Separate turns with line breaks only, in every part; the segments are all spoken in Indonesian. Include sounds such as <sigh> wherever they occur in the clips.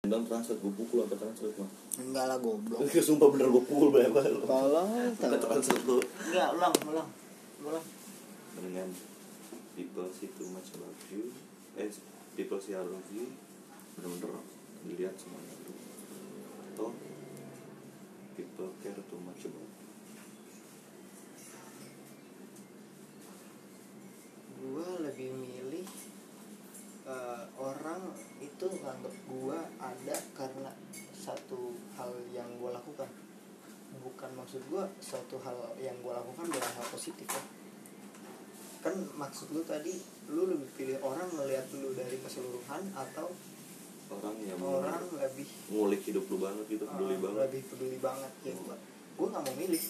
bilang transfer gue pukul apa transfer mah
Enggak lah goblok.
Oke, sumpah bener gue pukul banyak banget lu.
Tolong.
Bukan transfer lu
Enggak, ulang, ulang. Ulang.
dengan people see too much about you eh people see I love you bener-bener dilihat semuanya itu atau people care too much about you.
Gua lebih milih eh, orang itu nganggep gua ada karena satu hal yang gua lakukan. Bukan maksud gua suatu hal yang gua lakukan bukan hal positif ya. Kan maksud lu tadi lu lebih pilih orang melihat lu dari keseluruhan atau
orang yang
orang lebih
ngulik hidup lu banget gitu peduli
Ah,
banget
lebih peduli banget ya gue gue nggak mau milih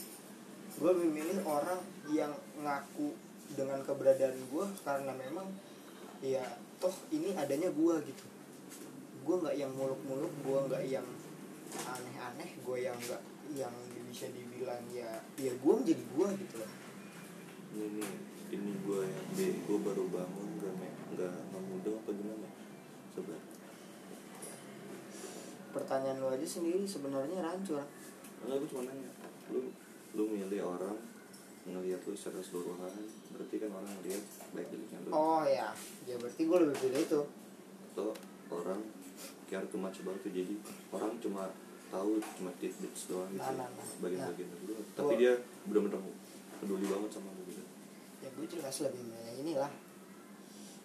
gue lebih milih orang yang ngaku dengan keberadaan gue karena memang ya toh ini adanya gue gitu gue nggak yang muluk-muluk gue nggak yang aneh-aneh gue yang nggak yang bisa dibilang ya ya gue menjadi gue gitu loh
ini nih, ini gue yang B gue baru bangun gak me gak nggak muda apa gimana sebenarnya
pertanyaan lu aja sendiri sebenarnya rancur
Enggak, gue cuma nanya Lu, lu milih orang ngelihat lu secara keseluruhan Berarti kan orang ngelihat baik jeleknya lu
oh ya ya berarti gue lebih pilih itu
Atau orang care too much about you Jadi orang cuma tahu cuma tidbits doang gitu
Nah, nah, nah.
Bagian-bagian lu Tapi
Gua-
dia bener-bener peduli banget sama lu gitu
ya gue jelas lebih milih inilah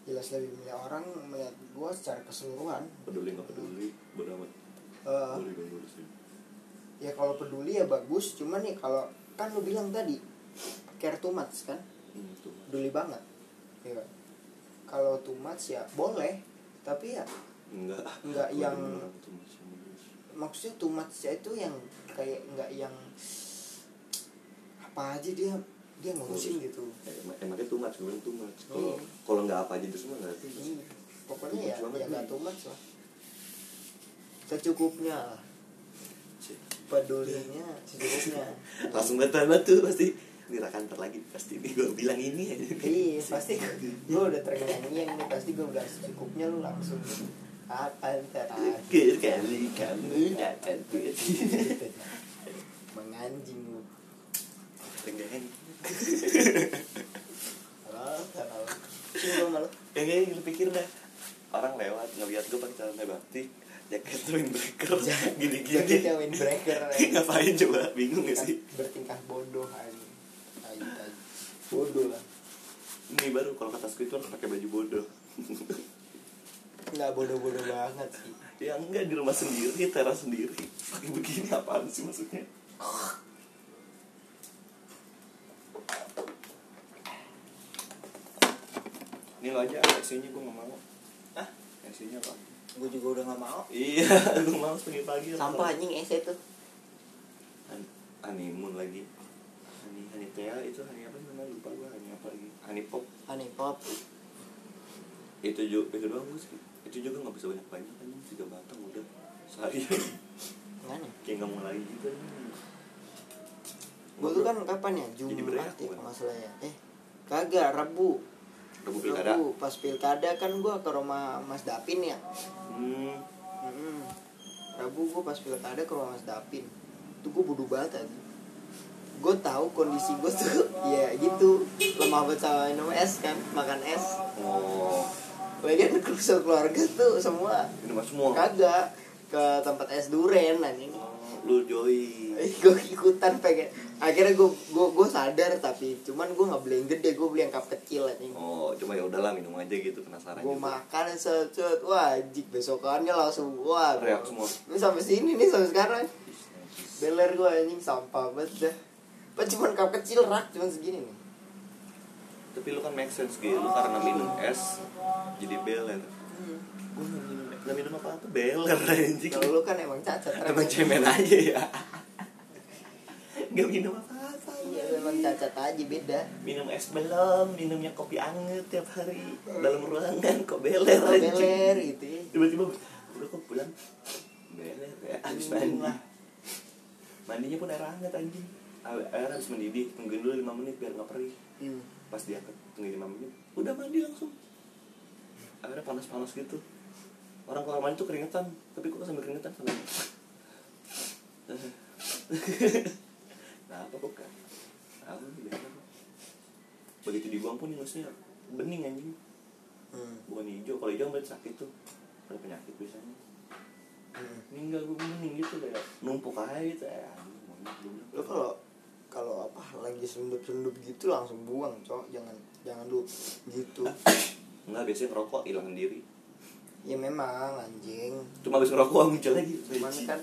jelas lebih milih orang melihat gue secara keseluruhan
Peduli gak peduli, bodo amat
Eh,
Peduli gak peduli sih
ya kalau peduli ya bagus cuman nih kalau kan lu bilang tadi care too much kan
Hmm, itu
peduli banget ya kalau too much ya boleh tapi ya
Enggak
Enggak,
Gua
yang-
demen orang too much sama dia sih.
maksudnya too much ya itu yang kayak nggak yang apa aja dia dia ngurusin gitu
Eh, em- Emangnya too much, gue bilang too much Kalau
Iya.
kalau nggak apa aja itu semua nggak too much
Iya. pokoknya
Too
ya
much banget
ya nggak
nih.
too much lah secukupnya lah
Cih.
pedulinya secukupnya
langsung bantuan batu pasti ini rakan ntar lagi pasti ini gue bilang ini ya. aja
iya pasti gue udah terngiang-ngiang nih pasti gue udah secukupnya lu langsung akan terakhir
kali kamu akan berhenti
menganjing lu
tenggeng
halo halo cuma malu
tenggeng lu pikir dah orang lewat ngeliat gue pakai celana batik jaket windbreaker gini
jaketnya
gini
windbreaker Kan
ngapain coba bingung gak sih
bertingkah bodoh aja Tai, tai. bodoh lah
ini baru kalau kata skriptor pakai baju bodoh
nggak bodoh-bodoh banget sih
ya enggak di rumah sendiri teras sendiri pakai begini apaan sih maksudnya ini lo aja isinya gue nggak mau
Hah?
isinya apa
gue juga udah nggak mau
iya <laughs> gue males pagi-pagi
sampah anjing ese tuh
An- honeymoon lagi honey honey tea itu honey apa sih namanya lupa gue honey apa lagi honey pop
honey pop
itu juga itu doang gue sih itu juga nggak bisa banyak banyak kan tiga batang udah sehari
mana
kayak nggak mau lagi gitu
gue tuh kan kapan ya
Jadi
Jumat
berat
ya
gua.
masalahnya eh kagak Rabu
Rabu pilkada
Rabu, pas pilkada kan gua ke rumah Mas Dapin ya
hmm
Mm-mm. Rabu gua pas pilkada ke rumah Mas Dapin tuh gua bodoh banget tadi gue tahu kondisi gue tuh <laughs> ya gitu lemah banget sama minum es kan makan es
oh
lagian <laughs> kerusuhan keluarga tuh semua
ini mas semua
kagak ke tempat es duren anjing
Oh, lu joy
<laughs> gue ikutan pengen akhirnya gue gue sadar tapi cuman gue nggak beli yang gede gue beli yang cup kecil anjing
oh cuma ya udahlah minum aja gitu penasaran
gue
juga
makan secut wah anjing besokannya langsung wah
Reak semua.
ini sampai sini nih sampai sekarang beler gue anjing sampah banget dah apa cuman cup kecil rak cuman segini nih
tapi lu kan make sense gitu lu karena minum es jadi beler gue nggak minum nggak minum apa apa beler <laughs> anjing
kalau lu kan emang cacat
emang
Rak.
cemen aja ya nggak minum apa apa
Iya, lu emang cacat aja beda
minum es belum minumnya kopi anget tiap hari dalam ruangan kok beler
Lu
anjing.
beler gitu ya
tiba-tiba udah kok pulang beler ya habis mandi
Hmm lah.
mandinya pun air hangat anjing A- air harus mendidih tungguin dulu 5 menit biar nggak perih
Hmm.
pas diangkat tungguin 5 menit udah mandi langsung airnya panas-panas gitu
orang kamar mandi tuh keringetan tapi kok sambil keringetan sambil
<laughs> nah apa kok kan aku biasa kok. begitu dibuang pun ingusnya bening anjing
hmm.
bukan hijau kalau hijau berarti sakit tuh ada penyakit biasanya
hmm.
ini enggak gue bening gitu kayak numpuk aja gitu ya anjing monyet lu
lo kalau kalau apa lagi selundup selundup gitu langsung buang cok jangan jangan lu gitu
enggak biasanya ngerokok hilang sendiri
ya memang anjing
cuma habis ngerokok muncul lagi
cuman kan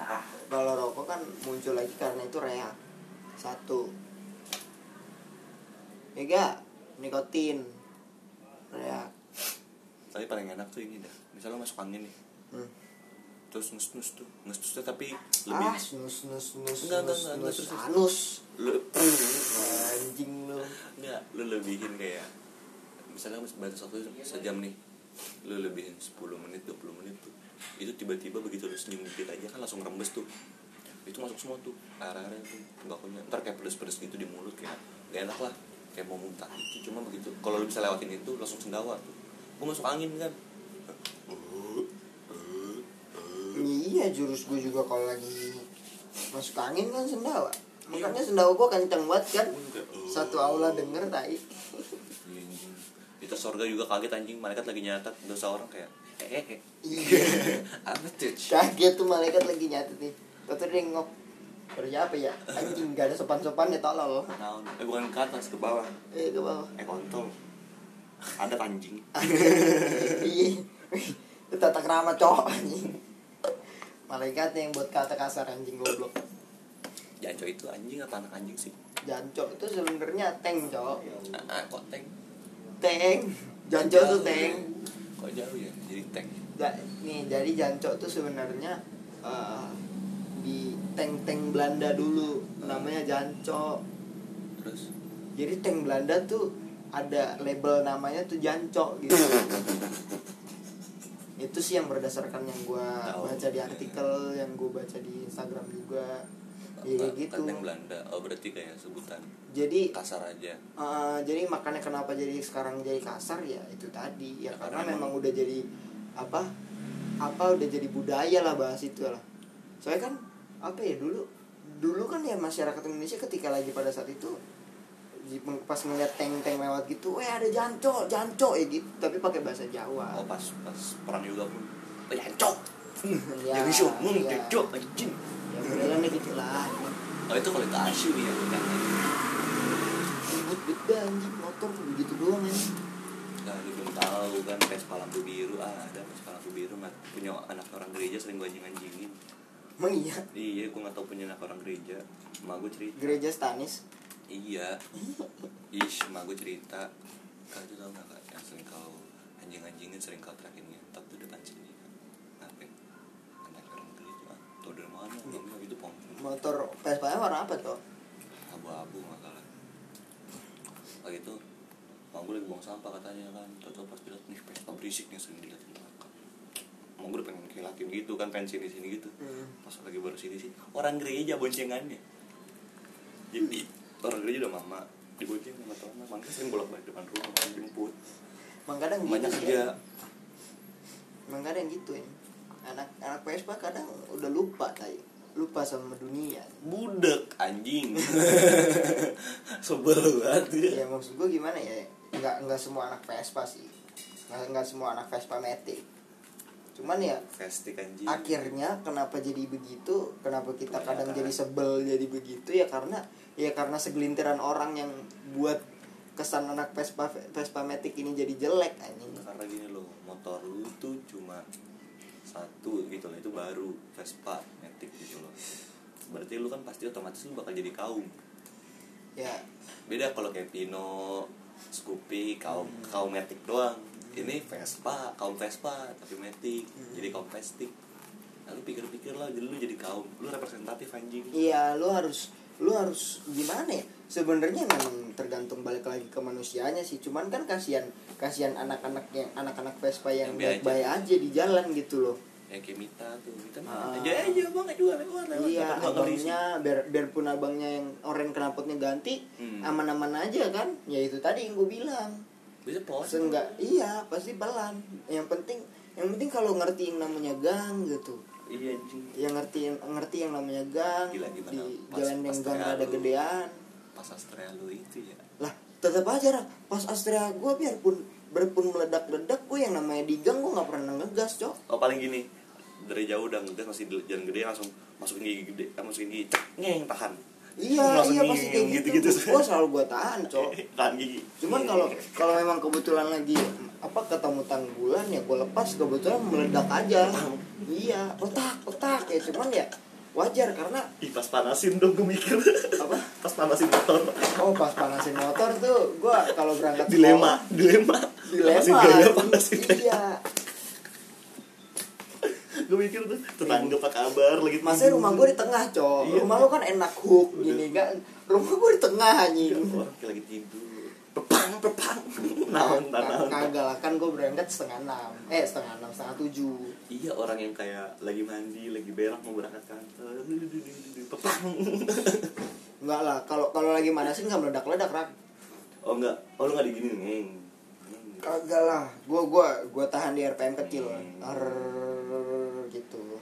ah
kalau rokok kan muncul lagi karena itu reak satu ya enggak nikotin reak
tapi paling enak tuh ini dah misalnya masuk angin nih
hmm.
terus ngus ngus tuh ngus ngus tuh tapi lebih
ah snus snus snus
Enggak, enggak,
snus
enggak,
snus
terus, terus.
anus
lu <laughs>
anjing lu
enggak lu lebihin kayak misalnya mas batas waktu sejam nih lu lebihin 10 menit 20 menit tuh itu tiba-tiba begitu lu senyum dikit aja kan langsung rembes tuh itu masuk semua tuh arah-arah tuh tembakaunya ntar kayak pedes-pedes gitu di mulut kayak gak enak lah kayak mau muntah itu cuma begitu kalau lu bisa lewatin itu langsung sendawa tuh gua masuk angin kan <laughs> Uh,
iya jurus gue juga kalau lagi masuk angin kan sendawa makanya sendawa gue kenceng banget kan satu aula denger tai
Iya, anjing. Itu surga juga kaget anjing, malaikat lagi nyatat dosa orang kayak eh eh eh.
iya
<laughs> Apa tuh?
kaget tuh malaikat lagi nyatet nih Tentu dia ngok kerja apa ya anjing gak ada sopan sopan ya tolol
Naon? Eh bukan ke atas ke bawah.
eh ke
<laughs>
bawah
Eh kontol. Ada anjing.
iya itu tata kerama cowok anjing malaikat yang buat kata kasar anjing goblok
Janco itu anjing apa anak anjing sih?
jancok itu sebenarnya teng cowok
Ah, ah, kok tank? ya?
teng jancok tuh teng
Kok jauh ya? Jadi tank.
Ja- nih jadi jancok tuh sebenarnya eh, di tank-tank Belanda dulu namanya jancok
Terus
jadi tank Belanda tuh ada label namanya tuh jancok
<laughs>
gitu itu sih yang berdasarkan yang gua
Tahu.
baca di artikel yang gua baca di Instagram juga Iya,
apa,
gitu.
kan tank Belanda. Oh berarti kayak sebutan
jadi
kasar aja.
eh, jadi makanya kenapa jadi sekarang jadi kasar ya itu tadi ya
Ya,
karena,
karena
memang udah jadi apa apa udah jadi budaya lah bahas itu lah soalnya kan apa ya dulu dulu kan ya masyarakat Indonesia ketika lagi pada saat itu di- pas ngeliat tank-tank lewat gitu, weh ada janco, janco ya gitu, tapi pakai bahasa Jawa.
Oh pas pas perang juga pun. Oh jancok.
<laughs> Ya,
Jadi sombong
ya.
jancok anjing.
Ya udahlah nih gitulah.
Oh itu kalau itu asu ya bukan.
Ribut beda anjing motor tuh begitu doang ya. anjing.
Nah, lu belum tahu kan Vespa lampu biru ah, ada Vespa lampu biru nggak punya anak orang gereja sering gue anjing anjingin.
Emang iya
Iya, gue nggak tahu punya anak orang gereja. Emak gue cerita.
gereja Stanis.
Iya. Ish, emak gue cerita. Kak itu tau nggak kak yang sering kau anjing-anjingin sering kau terakhir ngentot tuh depan sini. Ngapain? Anak orang gereja. Ah, Tau dari mana? Ngomong gitu pom.
Motor Vespa warna apa tuh?
Abu-abu nggak kalah. Lagi itu, emak gue lagi buang sampah katanya kan. Tahu-tahu pas dilihat nih Vespa berisik nih sering dilihat di belakang. Emak gue udah pengen kilatin gitu kan, pengen sini-sini gitu.
Hmm.
pas lagi baru sini sih orang gereja boncengannya jadi orang gereja udah mama dibonceng sama teman makanya sering bolak balik depan rumah orang jemput
Emang kadang gitu
banyak
sih,
kerja
ya. Emang kadang gitu ya Anak anak Vespa kadang udah lupa tai Lupa sama dunia
budak anjing sebel banget iya. dia.
Ya maksud gue gimana ya Nggak, nggak semua anak Vespa sih Nggak, nggak semua anak Vespa metik Cuman ya
festik anjing
akhirnya kenapa jadi begitu kenapa kita
Kebanyakan.
kadang jadi sebel jadi begitu ya karena ya karena segelintiran orang yang buat kesan anak Vespa Vespa Matic ini jadi jelek anjing
Nah, karena gini loh motor lu tuh cuma satu gitu loh itu baru Vespa Matic gitu loh berarti lu kan pasti otomatis lu bakal jadi kaum
ya
beda kalau kayak Pino, Scoopy, kaum
Hmm.
kaum metik doang. Ini Vespa, kaum Vespa tapi metik,
Hmm.
jadi kaum Vestik. Lalu pikir-pikir lah, jadi lu jadi kaum, lu representatif anjing.
Iya, lu harus lu harus gimana ya? Sebenarnya memang tergantung balik lagi ke manusianya sih. Cuman kan kasihan kasihan anak-anak yang anak-anak Vespa yang
Yang baik
baik-baik aja di jalan gitu loh.
Ya kayak Mita tuh, Mita mah
Ah.
aja aja bang, aja lewat lewat.
iya,
Tapi nggak ngelisi.
abangnya biar, biarpun abangnya yang oren knalpotnya ganti,
Hmm.
aman-aman aja kan? Ya itu tadi yang gue bilang.
Bisa pos.
Seenggak, iya pasti pelan. Yang penting yang penting kalau ngerti yang namanya gang gitu
iya anjing
yang ngerti ngerti yang namanya gang
Gila, gimana?
di
Pas-
jalan yang
pas
gang
terlalu.
ada gedean
pas Astrea lu itu ya
lah tetap aja lah pas Astrea gue biarpun berpun meledak-ledak gue yang namanya di gang gue nggak pernah ngegas cok
oh paling gini dari jauh udah ngegas masih di jalan gede langsung masukin gigi gede eh, masukin gigi cek, ngeng tahan
iya
Langsung
iya pasti kayak
ngeng,
gitu,
gitu-gitu.
gue selalu gue tahan cok
tahan gigi
cuman
<laughs>
kalau kalau memang kebetulan lagi apa ketemu tanggulan ya gue lepas kebetulan meledak aja iya petak petak ya cuman ya wajar karena
Ih, pas panasin dong gue mikir
apa
pas panasin motor
oh pas panasin motor tuh gue kalau berangkat
dilema dilema
sekolah, dilema
panasin gaya panasin
iya
gue mikir tuh tetangga apa kabar lagi
masih rumah gue di tengah cok
Iya.
rumah lo kan enak hook gini kan rumah gue di tengah anjing
orang Ya kayak lagi tidur pepang pepang <laughs> naon
Nah,
naon
kagak lah kan gue berangkat setengah enam eh setengah enam setengah tujuh
iya orang yang kayak lagi mandi lagi berak mau berangkat kantor pepang
enggak lah kalau kalau lagi manasin nggak meledak ledak rak
oh enggak oh lu nggak digini ngeng Ngeng.
Kagak lah, gua gua gua tahan di RPM kecil. Arrrrrrr, gitu.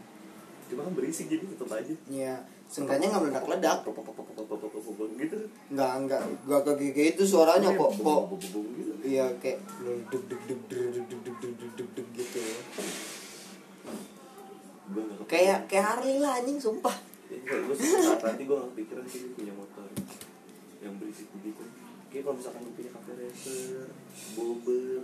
cuma kan berisik jadi tetap aja
Ya, seenggaknya nggak meledak-ledak.
Pop, pop, pop, pop, pop, pop, pop, pop, gitu
Nggak nggak gua kayak gitu suaranya kok kok.
Bom, bom, bom, bom, gitu.
Iya kayak deg deg deg deg deg deg deg deg deg deg deg gitu.
Gua nggak kepikiran.
Kayak kayak Harley lah anjing sumpah.
Ya, gua- gua saat nanti gue gak kepikiran sih gua punya motor yang berisik begitu kayak kalau misalkan gue punya cafe racer bober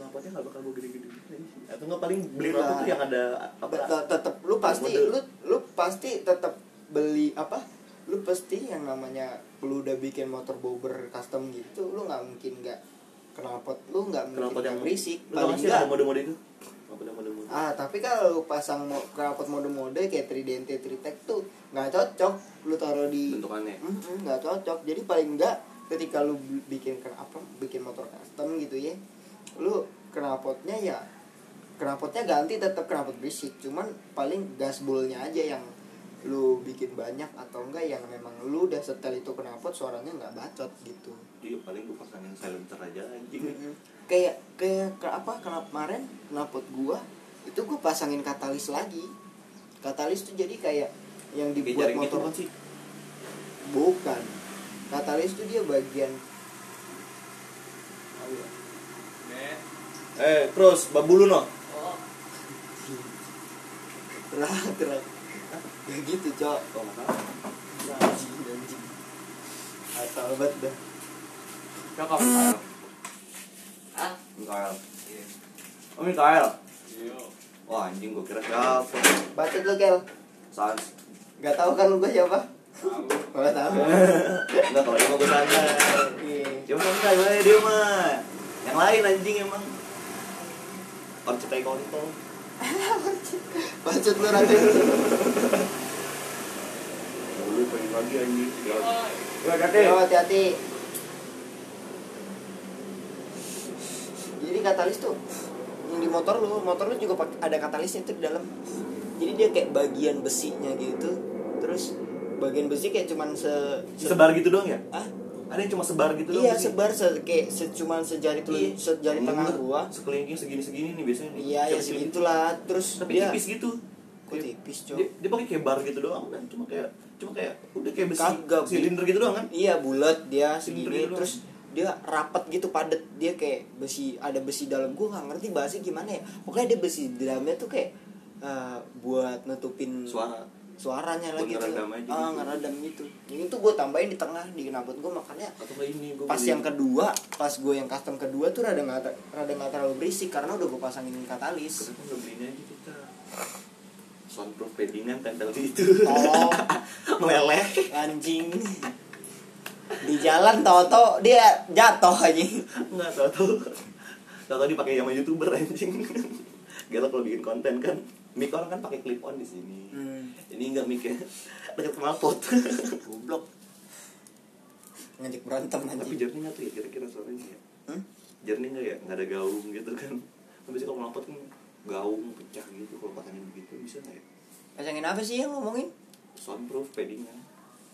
knalpotnya gak bakal gue gede-gede gitu atau nggak paling beli
Enggak.
rokok tuh yang ada apa
Tetap lu pasti
Model.
lu lu pasti tetap beli apa? Lu pasti yang namanya lu udah bikin motor bober custom gitu, lu nggak mungkin nggak knalpot lu nggak mungkin
knalpot yang
nggak berisik.
lu tau nggak sih
nggak-
ada mode-mode itu knalpot yang mode-mode
Ah, tapi kalau pasang mo- knalpot mode-mode kayak 3DNT, 3Tech tuh nggak cocok lu taruh di
bentukannya
Mm-mm, nggak cocok. Jadi paling nggak ketika lu b- bikin ken- apa bikin motor custom gitu ya, lu knalpotnya ya knalpotnya ganti tetap knalpot berisik, cuman paling gasbulnya aja yang lu bikin banyak atau enggak yang memang lu udah setel itu knalpot suaranya nggak bacot gitu.
iya paling gue pasangin silencer aja anjing
Mm-mm. kayak kayak ke apa kenapa kemarin knalpot gua itu gua pasangin katalis lagi katalis tuh jadi kayak yang
kayak
dibuat
jaring gitu
motor
kan sih
bukan katalis tuh dia bagian ya?
eh terus babulu no
terang terang ya gitu cok
oh nggak tahu.
anjing anjing asal banget dah
Cakep,
Hmm.
Pak.
ah
Mikael oh Mikael
Iya.
wah anjing gue kira siapa
baca dulu kel
Sans <laughs>
nggak tahu kan lu gua siapa
Tahu.
nggak tahu
Enggak kalau dia mah gue santai
Iya.
Dia mah santai banget dia mah Yang lain anjing emang Orang gitu. cetai kontol
baca lu raden
Lu pengen lagi anjing
Oh, hati-hati. Jadi katalis tuh yang di motor lu, motor lu juga pak- ada katalisnya tuh di dalam. Jadi dia kayak bagian besinya gitu. Terus bagian besi kayak cuman se, se-
Sebar gitu doang ya?
ah,
Ada yang cuma sebar gitu doang
iya
sih?
sebar se, kayak se, cuman sejari
Iya.
telun, sejari
Enggak,
tengah gua.
Sekelilingnya segini-segini nih biasanya nih.
Iya, ya
Kecil-kecil gitu.
segitulah. Terus
Tapi
dia
tipis gitu
Kok tipis, Cok?
dia, dia pakai kayak bar gitu doang kan cuma kayak cuma kayak udah kayak besi
Kagak, Bi.
silinder gitu doang kan
Iya bulat dia
Silinder
segini
gitu
terus dia rapat gitu padat dia kayak besi ada besi dalam gua nggak ngerti bahasnya gimana ya pokoknya dia besi di dalamnya tuh kayak eh, buat nutupin
suara
suaranya
Buat
lagi tuh
ngeredam aja
ah
gitu.
ngeredam gitu yang itu gua tambahin di tengah di knalpot gua makanya
atau nggak ini gue
pas yang kedua pas gua yang custom kedua tuh rada nggak ter- rada nggak terlalu berisik karena udah gua pasangin
<laughs>
katalis
Kenapa nggak beliin aja kita? Soundproof paddingan tempel di itu.
tolong
<laughs> Meleleh.
anjing di jalan toto dia jatuh anjing
Enggak tahu tahu. Tahu tahu dipakai sama youtuber anjing. Galak kalau bikin konten kan. Mic orang kan pakai clip on di sini.
Hmm.
Ini enggak mic ya. Dekat knalpot.
Goblok. Ngajak berantem
Tapi
anjing.
jernih nggak tuh ya kira-kira suaranya ya.
Hmm?
Jernih nggak ya? Nggak ada gaung gitu kan. Tapi sih kalau knalpot kan gaung pecah gitu kalau pasangin begitu bisa nggak ya?
Pasangin apa sih yang ngomongin?
Soundproof paddingan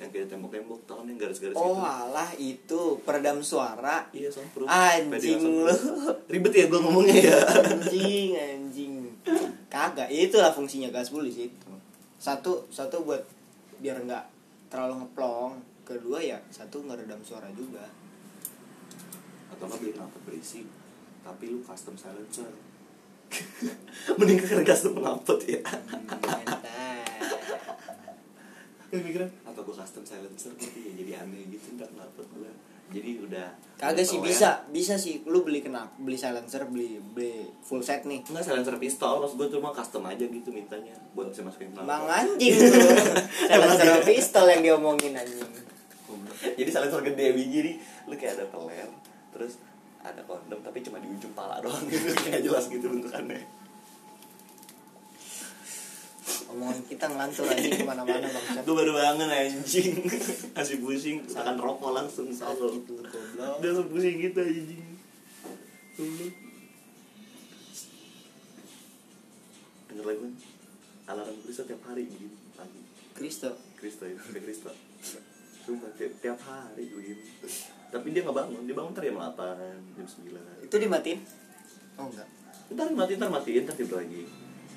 yang kayak tembok-tembok tahun yang garis-garis
Oh
gitu.
alah itu peredam suara.
Iya soundproof.
Anjing
Paddingan
<laughs> lu.
soundproof. Ribet ya gue ngomongnya ya.
Anjing anjing. kagak itulah fungsinya gas bulis itu satu satu buat biar nggak terlalu ngeplong kedua ya satu ngeredam suara juga
<laughs> atau nggak beli kenapa berisi tapi lu custom silencer <laughs> kan
mending ke kergas tuh penampet ya
<laughs> Mantap.
gue mikirnya
atau gue custom silencer gitu ya jadi aneh gitu nggak kenapa gue jadi udah
kagak
udah
sih
tower.
bisa bisa sih lu beli kena beli silencer beli beli full set nih
Enggak silencer pistol, maksud gue cuma custom aja gitu mintanya Buat bisa masukin
Bang
kenapa
anjing lu Silencer pistol yang diomongin anjing
<laughs> Jadi silencer gede, biji nih Lu kayak ada teler, terus ada kondom tapi cuma di ujung pala doang <laughs> gitu Kayak nggak jelas gitu bentukannya
Omongan kita ngelantur anjing kemana-mana bangsat
Gue baru bangun anjing <laughs> Masih pusing, tekan rokok langsung solo
Sakit lu goblok
Udah langsung pusing gitu anjing Goblok. Denger lagu kan? Alarm Krista tiap hari begini pagi
Kristo
Krista itu ada Krista Sumpah tiap, tiap hari begini Tapi dia nggak bangun, dia bangun ntar jam 8, jam 9
Itu dimatiin? Oh enggak
Ntar mati, ntar matiin, ntar tidur lagi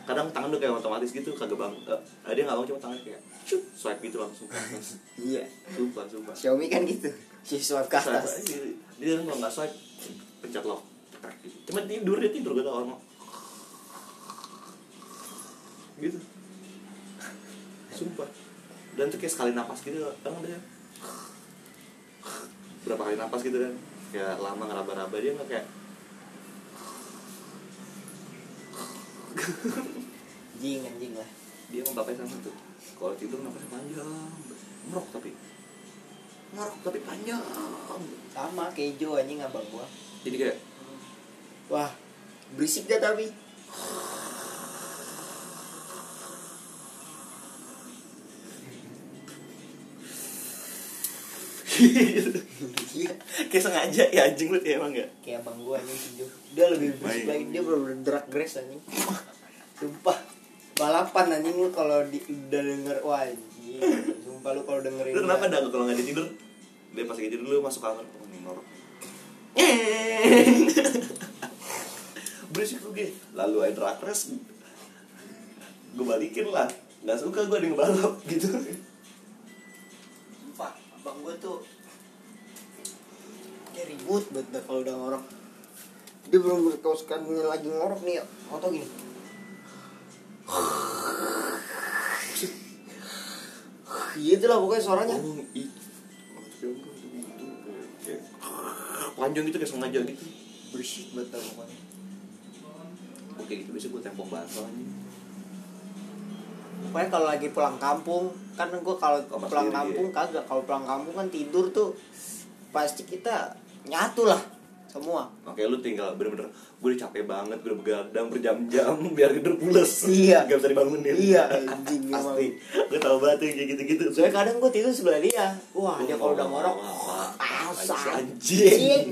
Kadang tangan udah kayak otomatis gitu, kagak bangun Eh, Dia nggak bangun cuma tangannya kayak cup, swipe gitu langsung ke atas
Iya
Sumpah, sumpah
Xiaomi kan gitu Si swipe ke
Swipe
atas
aja, dia- Dia kalau nggak swipe, pencet lock Tek gitu. Cuma tidur, dia tidur, gak tau orang Gitu Sumpah Dan tuh kayak sekali napas gitu, orang dia berapa kali napas gitu kan kayak lama ngeraba-raba dia nggak kayak
Anjing anjing lah
dia sama bapaknya sama tuh kalau tidur napasnya panjang merok tapi merok tapi panjang
Sama kayak Jo anjing abang gua
jadi kayak <laughs>
Wah Berisik dah tapi
gitu.
Iya
kayak sengaja ya anjing lu ya emang gak
Kayak abang gua anjing si Jo Dia lebih berisik
Baik.
lagi Dia bener-bener drag race <laughs> anjing Sumpah Balapan anjing lu kalau di, udah denger Wah anjing Sumpah lu kalau dengerin
lu kenapa dah kalau nggak dia tidur dia pas lagi tidur lu masuk kamar oh nih merok Nyeng.
<laughs>
berisik lu ge lalu air drag race gue balikin lah nggak suka gue ada yang ngebalap gitu
Sumpah, abang gue tuh dia ribut banget dah kalau udah ngorok. Dia belum berkauskan lagi ngorok nih, foto gini. Iya itulah pokoknya suaranya.
Oh, i- gitu." Kayak panjang gitu kayak sengaja gitu
Berisik banget dah pokoknya.
oke gitu biasa gue tempong bakso anjing
Pokoknya kalau lagi pulang kampung, kan gue kalau
Kamar
pulang
sendiri,
kampung
ya.
kagak. Kalau pulang kampung kan tidur tuh pasti kita nyatu lah semua.
makanya lu tinggal bener-bener gue udah capek banget gue udah begadang berjam-jam <laughs> biar tidur pules
Iya.
gak bisa dibangunin <laughs>
Iya, anjing,
pasti
emang.
gue tau banget yang kayak gitu-gitu
Soalnya kadang gue tidur sebelah dia. Wah,
Gua
dia kalau udah
mau
ngorok,
ngorok,
asal
anjing.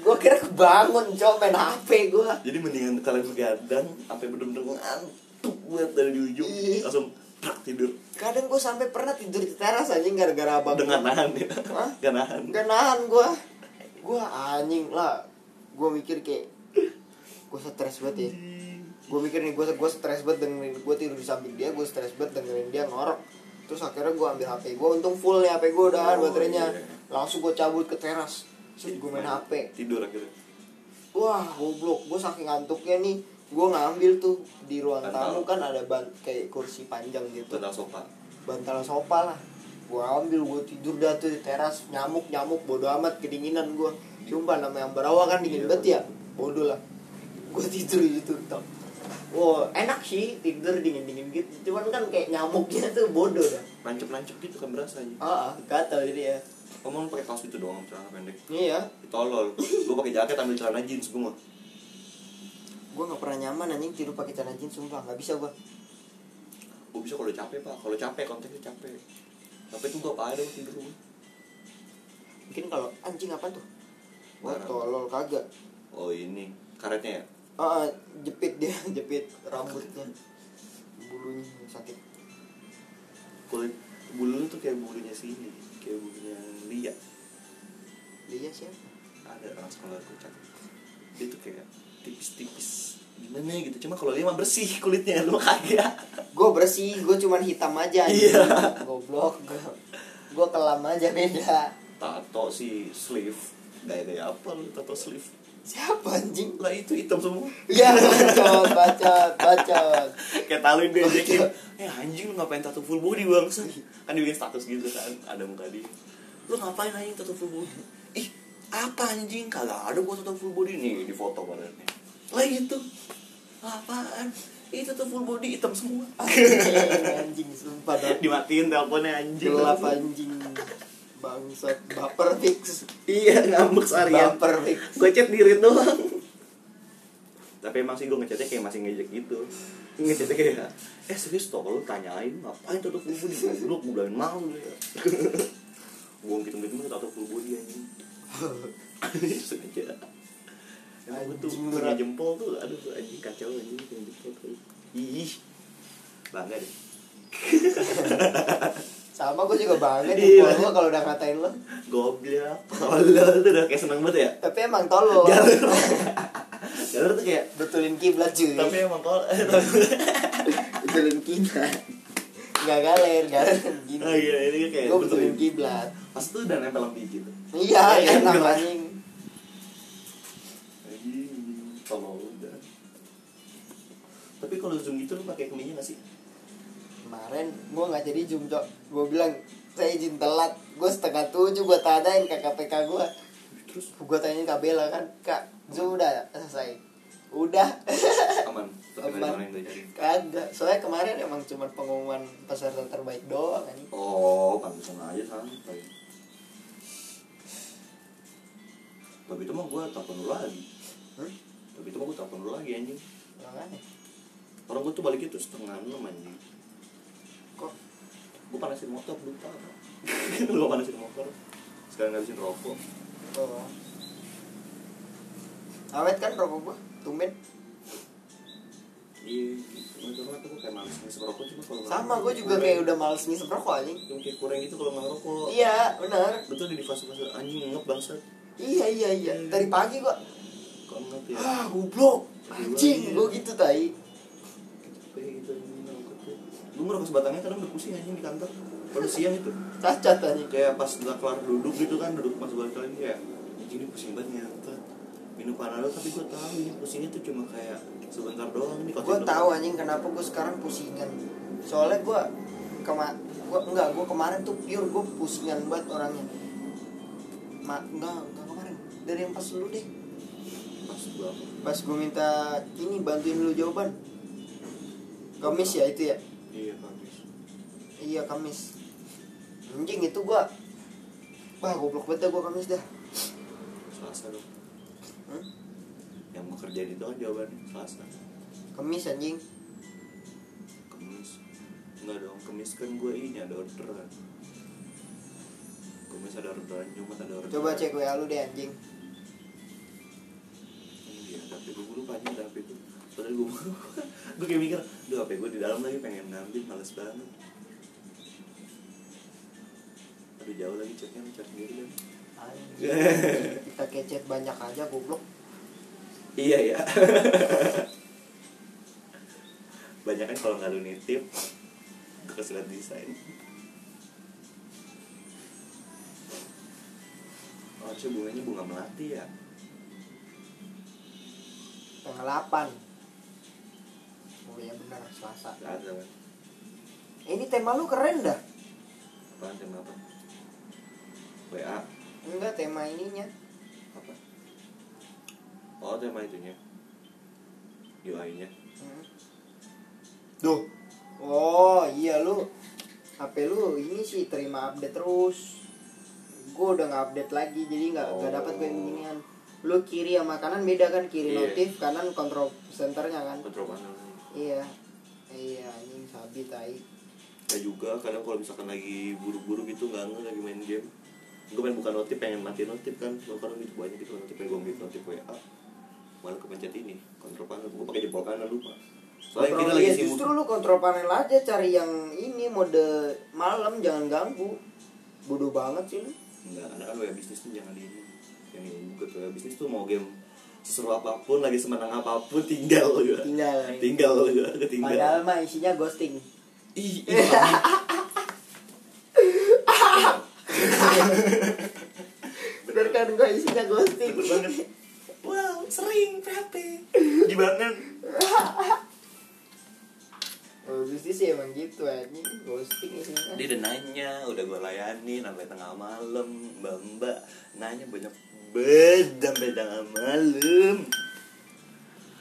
Gue kira kebangun, coba main HP gue.
jadi mendingan kalian begadang sampai bener-bener ngantuk banget dari di ujung
Iya.
langsung prak tidur
Kadang gue sampai pernah tidur di teras aja gara-gara abang.
dengan nahan ya <laughs>
Hah?
gak nahan
Gak nahan gue. Gue anjing lah. Gue mikir kayak gue stres banget ya. Gue mikir nih gue gue stres banget dengerin gue tidur di samping dia, gue stres banget dengerin dia ngorok. Terus akhirnya gue ambil HP gue, untung full ya nih HP gue
Oh,
udah baterainya.
iya.
Langsung gue cabut ke teras. Terus gue main HP.
tidur akhirnya
wah goblok gue saking ngantuknya nih gue ngambil tuh di ruang
Bantal.
tamu kan ada ban kayak kursi panjang gitu
bantal sofa
bantal sofa lah gue ambil gue tidur dah tuh di teras nyamuk nyamuk bodo amat kedinginan gue sumpah namanya ambarawa kan dingin
Iya.
banget ya bodoh lah gue tidur di situ tok. Wah enak sih tidur dingin dingin gitu cuman kan kayak nyamuknya tuh bodoh dah
nancep-nancep gitu kan berasa aja
ah ah, gatel jadi ya
Kamu pakai kaos itu doang celana pendek
iya
tolol gue pakai jaket ambil celana jeans gue mah
gue nggak pernah nyaman anjing tidur pakai celana jeans sumpah nggak bisa gue
gue bisa kalau capek pak kalau capek konteksnya capek capek tuh gue apa ada gua tidur gua.
mungkin kalau anjing apa tuh Wah
Barang.
tolol kagak
oh ini karetnya ya
ah, ah, Jepit dia <laughs> Jepit rambutnya Bulunya sakit
kulit bulu lu tuh kayak bulunya sini kayak bulunya lia
Dia siapa?
ada orang sekolah kucak itu kayak tipis-tipis gimana nih gitu cuma kalau dia mah bersih kulitnya lu mah kagak
gue bersih gue cuman hitam aja anjing.
Iya.
goblok gue kelam aja beda
tato si sleeve gaya gaya apa lu tato sleeve
siapa anjing
lah itu hitam semua <laughs>
ya bacot bacot bacot
kayak taluin dia ajakin <laughs> eh anjing lu ngapain tato full body bangsa kan dibikin status gitu kan ada muka dia lu ngapain anjing tato full body ih apa anjing kagak ada gua tato full body nih di foto badannya lah gitu "Lah, apaan itu tato full body hitam semua
anjing anjing, sumpah dah.
<laughs> dimatiin teleponnya anjing
gelap anjing bangsat baper fix
iya ngambek seharian
baper fix
gue chat diri doang tapi emang sih gue ngechatnya kayak masih ngejek gitu ngechatnya kayak eh serius toh kalau lu tanyain ngapain tuh tuh <laughs> full body lu gue bilangin mau lu ya gue gitu gitu mah tato full body anjing <laughs> sengaja emang gue tuh
Anjing,
punya
berat.
jempol tuh aduh anjing kacau anjing punya jempol tuh ih bangga deh
sama gue juga
Iya.
bangga nih kalau gua kalau udah ngatain lo
goblok <laughs> tolol tuh udah kayak seneng banget ya
tapi emang tolol
jalur <laughs> jalur tuh kayak Iya.
betulin kiblat cuy
tapi emang kalau <laughs> tapi
betulin kiblat nggak galer galer gini
Oh iya, ini kayak
gue
betulin.
betulin kiblat
pas itu udah nempel sama biji tuh
iya
Iya,
ya
iya.
anjing
kalau udah tapi kalau zoom gitu lu pakai keminya nggak sih
kemarin gue nggak jadi zoom cok gue bilang saya izin telat gue setengah tujuh gue tanyain ke KPK gue
terus
gue tanyain Kak Bella kan kak zoom udah selesai udah
Eh, aman tapi
Aman.
mana yang dari
kagak soalnya kemarin emang cuma pengumuman peserta terbaik doang kan
oh pantesan aja santai tapi itu mah gua telepon lu lagi
Hmm?
tapi itu mah gua telepon lu lagi anjing
makanya
orang gua tuh baliknya tuh setengah enam anjing
kok
gua panasin motor lupa <laughs> lu gua panasin motor sekarang ngabisin rokok
oh awet kan rokok gue tumben
Iya, gitu. Cuma tuh gua kayak males ngisep rokok cuma kalau nggak
sama
ngerokok,
gue juga
kurang.
kayak udah males ngisep rokok anjing
Yang kayak kurang gitu kalau nggak ngerokok.
iya benar
Betul ada di fase-fase anjing ngep bangsat.
iya iya iya tadi pagi gue
Kok ngep ya?
ah goblok anjing gue gitu tai
Kayak gitu anjing ngep tuh. Lu ngerokok sebatangnya kadang udah pusing anjing di kantor. Kalau siang itu
cacat anjing
kayak pas udah kelar duduk gitu kan duduk pas balik kali kayak anjing ini pusing banget nyata. Minum panadol tapi gua tahu ini pusingnya tuh cuma kayak sebentar doang ini
gue tahu anjing kenapa gue sekarang pusingan soalnya gue kema gua enggak gue kemarin tuh pure gue pusingan banget orangnya Ma, enggak enggak kemarin dari yang pas dulu deh
Pas gua apa?
pas gue minta ini bantuin lu jawaban kamis ya itu ya
Iya, habis.
iya kamis anjing itu gue wah goblok banget gue kamis dah
Selasa dong.
Hmm?
Yang mau kerja itu kan jawabannya Selasa.
kamis anjing
Kemis Enggak dong, kemis kan gue ini ada orderan Kemis ada orderan, Jumat ada orderan
coba cek wa lu deh anjing
Iya, tapi gue lupa aja ada HP gue Padahal gue <laughs> Gue kayak mikir, duh HP gue di dalam lagi pengen ngambil, males banget Aduh jauh lagi chatnya, chat sendiri kan
anjing kita kecet banyak aja goblok
Iya <laughs> ya Banyak kan kalau nggak lu nitip Gue kasih liat desain Oh, harusnya bunganya bunga melati ya
Pengelapan. Oh iya benar Selasa.
Gak ada kan
Ini tema lu keren dah.
Apaan tema apa? WA
Enggak tema ininya.
apa? Oh tema itunya UI nya
Hmm. Duh. Oh iya lu. HP lu ini sih terima update terus. Gue udah nggak update lagi jadi nggak nggak
Oh.
dapat gue yang ginian. Lu kiri sama kanan beda kan
Iya.
kiri notif kanan kontrol senternya kan.
Kontrol panel
Iya. Iya anjing sabi tai.
Saya juga kadang kalau misalkan lagi buru-buru gitu nggak nge lagi main game Gue pengen buka notif, pengen mati notif kan Gue kan gitu banyak gitu notif, pengen gue mute notif WA Malah kepencet ini, kontrol panel Gue pakai jempol kanan lupa Soalnya kita
Kontrol-
lagi
iya,
sibuk
justru lu kontrol panel aja cari yang ini mode malam jangan ganggu. Bodoh banget sih lu.
Enggak, karena kan WA bisnis tuh jangan di ini Yang ini buka tuh WA bisnis tuh mau game seseru apapun lagi semenang apapun tinggal <laughs> lo juga
tinggal
tinggal <laughs> lo juga ketinggal
padahal mah isinya ghosting
<laughs> ih ih, anjing.
bener kan gua isinya ghosting
Bener banget. wow sering PHP gimana
Gusti sih emang gitu anjing ghosting isinya
dia udah nanya udah gue layani sampai tengah malam mbak mbak nanya banyak banget sampai tengah malam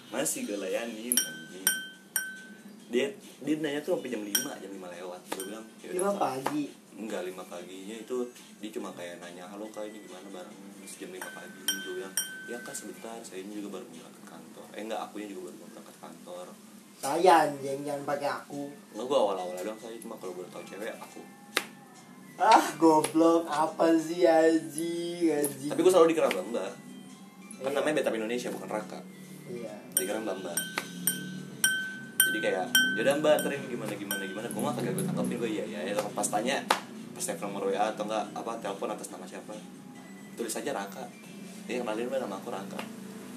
masih gue layani anjing dia dia nanya tuh sampai jam 5 jam 5 lewat gue bilang "Yaudah,
lima
Pak."
pagi
enggak lima paginya itu dia cuma kayak nanya halo kak ini gimana barangnya Terus jam lima pagi gue bilang ya kak sebentar saya ini juga baru berangkat kantor eh enggak akunya juga baru mau berangkat kantor
saya anjing jangan pakai aku
enggak gue awal-awal doang saya cuma kalau boleh tahu cewek aku
ah goblok apa sih anjing anjing
tapi gue selalu dikira bamba kan
Iya.
namanya betap Indonesia bukan raka
iya
dikira bamba jadi kayak yaudah mbak terim gimana gimana gimana gue mah kagak gue tangkapin gue iya iya ya pas tanya pas telepon nomor wa atau enggak apa telepon atas nama siapa tulis aja raka dia kenalin mbak nama aku raka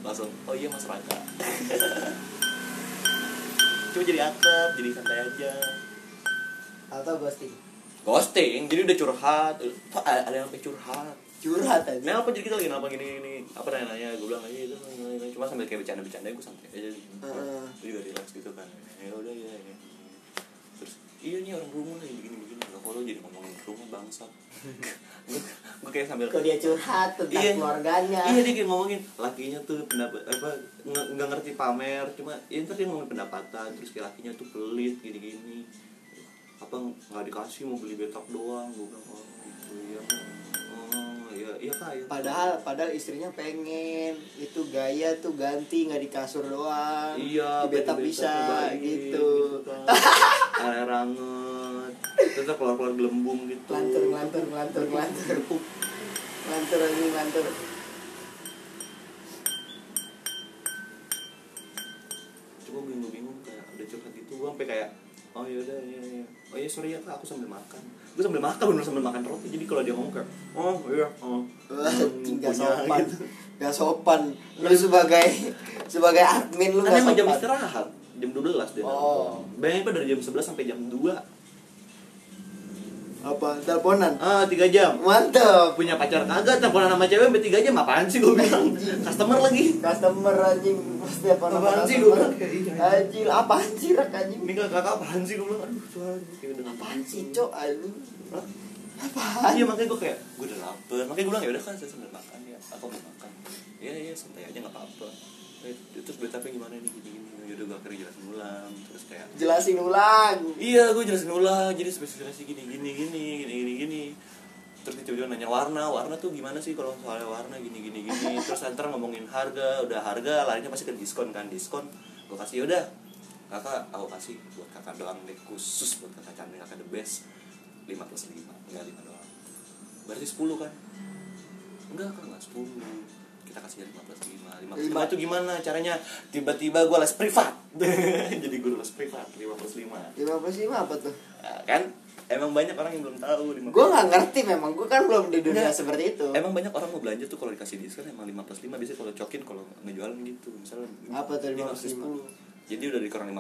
langsung oh iya mas raka <laughs> cuma jadi akrab jadi santai aja
atau ghosting
ghosting jadi udah curhat Kok ada ada yang sampai curhat
curhat anjing
Nah apa jadi kita lagi apa gini gini apa nanya nanya gue bilang aja itu nanya, nanya. cuma sambil kayak bercanda bercanda gue santai aja
Heeh.
gue juga relax gitu kan ya udah ya, ya. terus iya nih orang rumah lagi begini begini nggak kalau jadi ngomongin rumah
<laughs>
bangsa gue kayak sambil
kalau dia curhat tentang
Iya.
keluarganya
Iya dia kayak ngomongin lakinya tuh pendapat apa nge- nggak ngerti pamer cuma ya ntar dia ngomongin pendapatan terus kayak lakinya tuh pelit gini-gini apa nggak dikasih mau beli betak doang gue bilang oh gitu ya oh iya iya kak iya, Kak."
padahal padahal istrinya pengen itu gaya tuh ganti nggak di kasur doang
iya
di betap
beta-beta
bisa
terbaik,
gitu
kan.
<laughs>
air ranget terus keluar keluar gelembung gitu
ngelantur ngelantur ngelantur ngelantur
Terpuk.
ngelantur anjing, ngelantur
cuma bingung-bingung kayak udah curhat gitu gue sampai kayak oh yaudah iya iya oh iya sorry ya kak aku sambil makan gue sambil makan bener sambil makan roti jadi kalau dia ngomong kayak oh iya oh
<laughs> Anjing, nggak
punya,
sopan
gitu.
nggak sopan lu sebagai sebagai admin lu
kan
nggak
emang jam
sopan
istirahat jam 12 dia
Oh.
bayangin Pak, dari jam 11 sampai jam 2
apa teleponan
ah 3 jam
mantap
punya pacar kagak teleponan sama cewek sampai 3 jam apaan sih gue bilang customer lagi
customer anjing pasti apa
apaan sih gue
customer.
bilang kayak iya iya.
anjing apa anjing rak anjing
ini kakak apaan sih gue bilang aduh Tuhan kayak gitu. udah
apaan sih cok anjing
Hah?
apaan
Iya makanya gue kayak gue udah lapar, makanya gue bilang ya udah kan saya sambil makan ya, aku mau makan. Iya iya santai aja nggak apa-apa. Eh, terus gue tapi gimana nih gini gini, yaudah gue akhirnya jelasin ulang, terus kayak
jelasin ulang
iya gue jelasin ulang, jadi spesifikasi gini gini gini gini gini gini. Terus dia tiba-tiba nanya warna, warna tuh gimana sih kalau soalnya warna gini gini gini. Terus ntar ngomongin harga, udah harga larinya pasti ke diskon kan diskon. Gue kasih yaudah kakak aku kasih buat kakak doang deh khusus buat kakak cantik kakak the best 5 plus 5 enggak 5 doang berarti 10 kan enggak kan enggak 10 kita kasih 5 plus 5 5 plus 5 itu gimana caranya tiba-tiba gue les privat <laughs> jadi guru les privat 5 plus 5
lima puluh Ya, apa tuh
kan emang banyak orang yang belum tahu 5
gue nggak ngerti memang gue kan belum di dunia
Nggak.
seperti itu
Emang banyak orang mau belanja tuh kalau dikasih diskon emang 5 plus 5 biasanya kalau cokin kalau ngejualan gitu misalnya
Apa tuh 5 plus
10. Jadi udah dikurang 5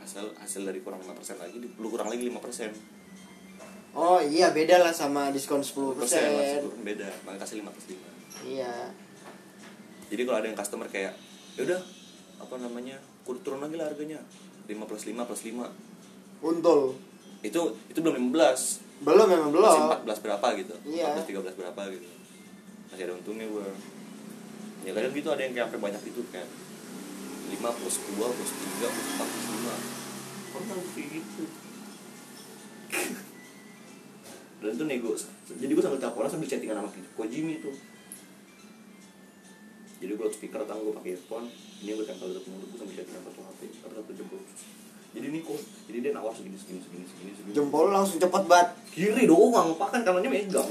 hasil hasil dari kurang 5 lagi di- lu kurang lagi 5 persen
oh iya beda lah sama diskon 10%
beda makanya kasih 5 plus 5
iya
jadi kalau ada yang customer kayak yaudah apa namanya kur- turun lagi lah harganya 5 plus 5 plus 5
untul
itu itu belum 15
belum memang belum
masih 14 berapa gitu
Iya.
14 13 berapa gitu masih ada untungnya gue ya kadang gitu ada yang kayak sampai banyak itu kayak 5 plus 2 plus 3 plus 4 plus 5 pernah gue kayak gitu <laughs> dan itu nego jadi gue sambil teleponan sambil chattingan sama Ko Jimmy tuh jadi gue speaker tangan gue pakai earphone ini gue tempel untuk mulut gue sambil chattingan satu HP apa satu jempol jadi ini kok jadi dia nawar segini segini segini segini segini
jempol lu langsung cepet banget
kiri doang pak kan kanannya megang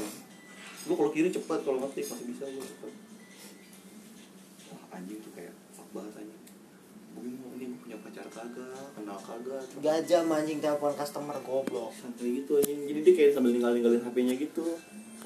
gue kalau kiri cepat kalau ngetik masih bisa gue cepet wah anjing tuh kayak fuck banget anjing bingung ini punya pacar kagak kenal kagak
gajah mancing telepon customer goblok
santai gitu anjing jadi dia kayak sambil ninggal ninggalin HP-nya gitu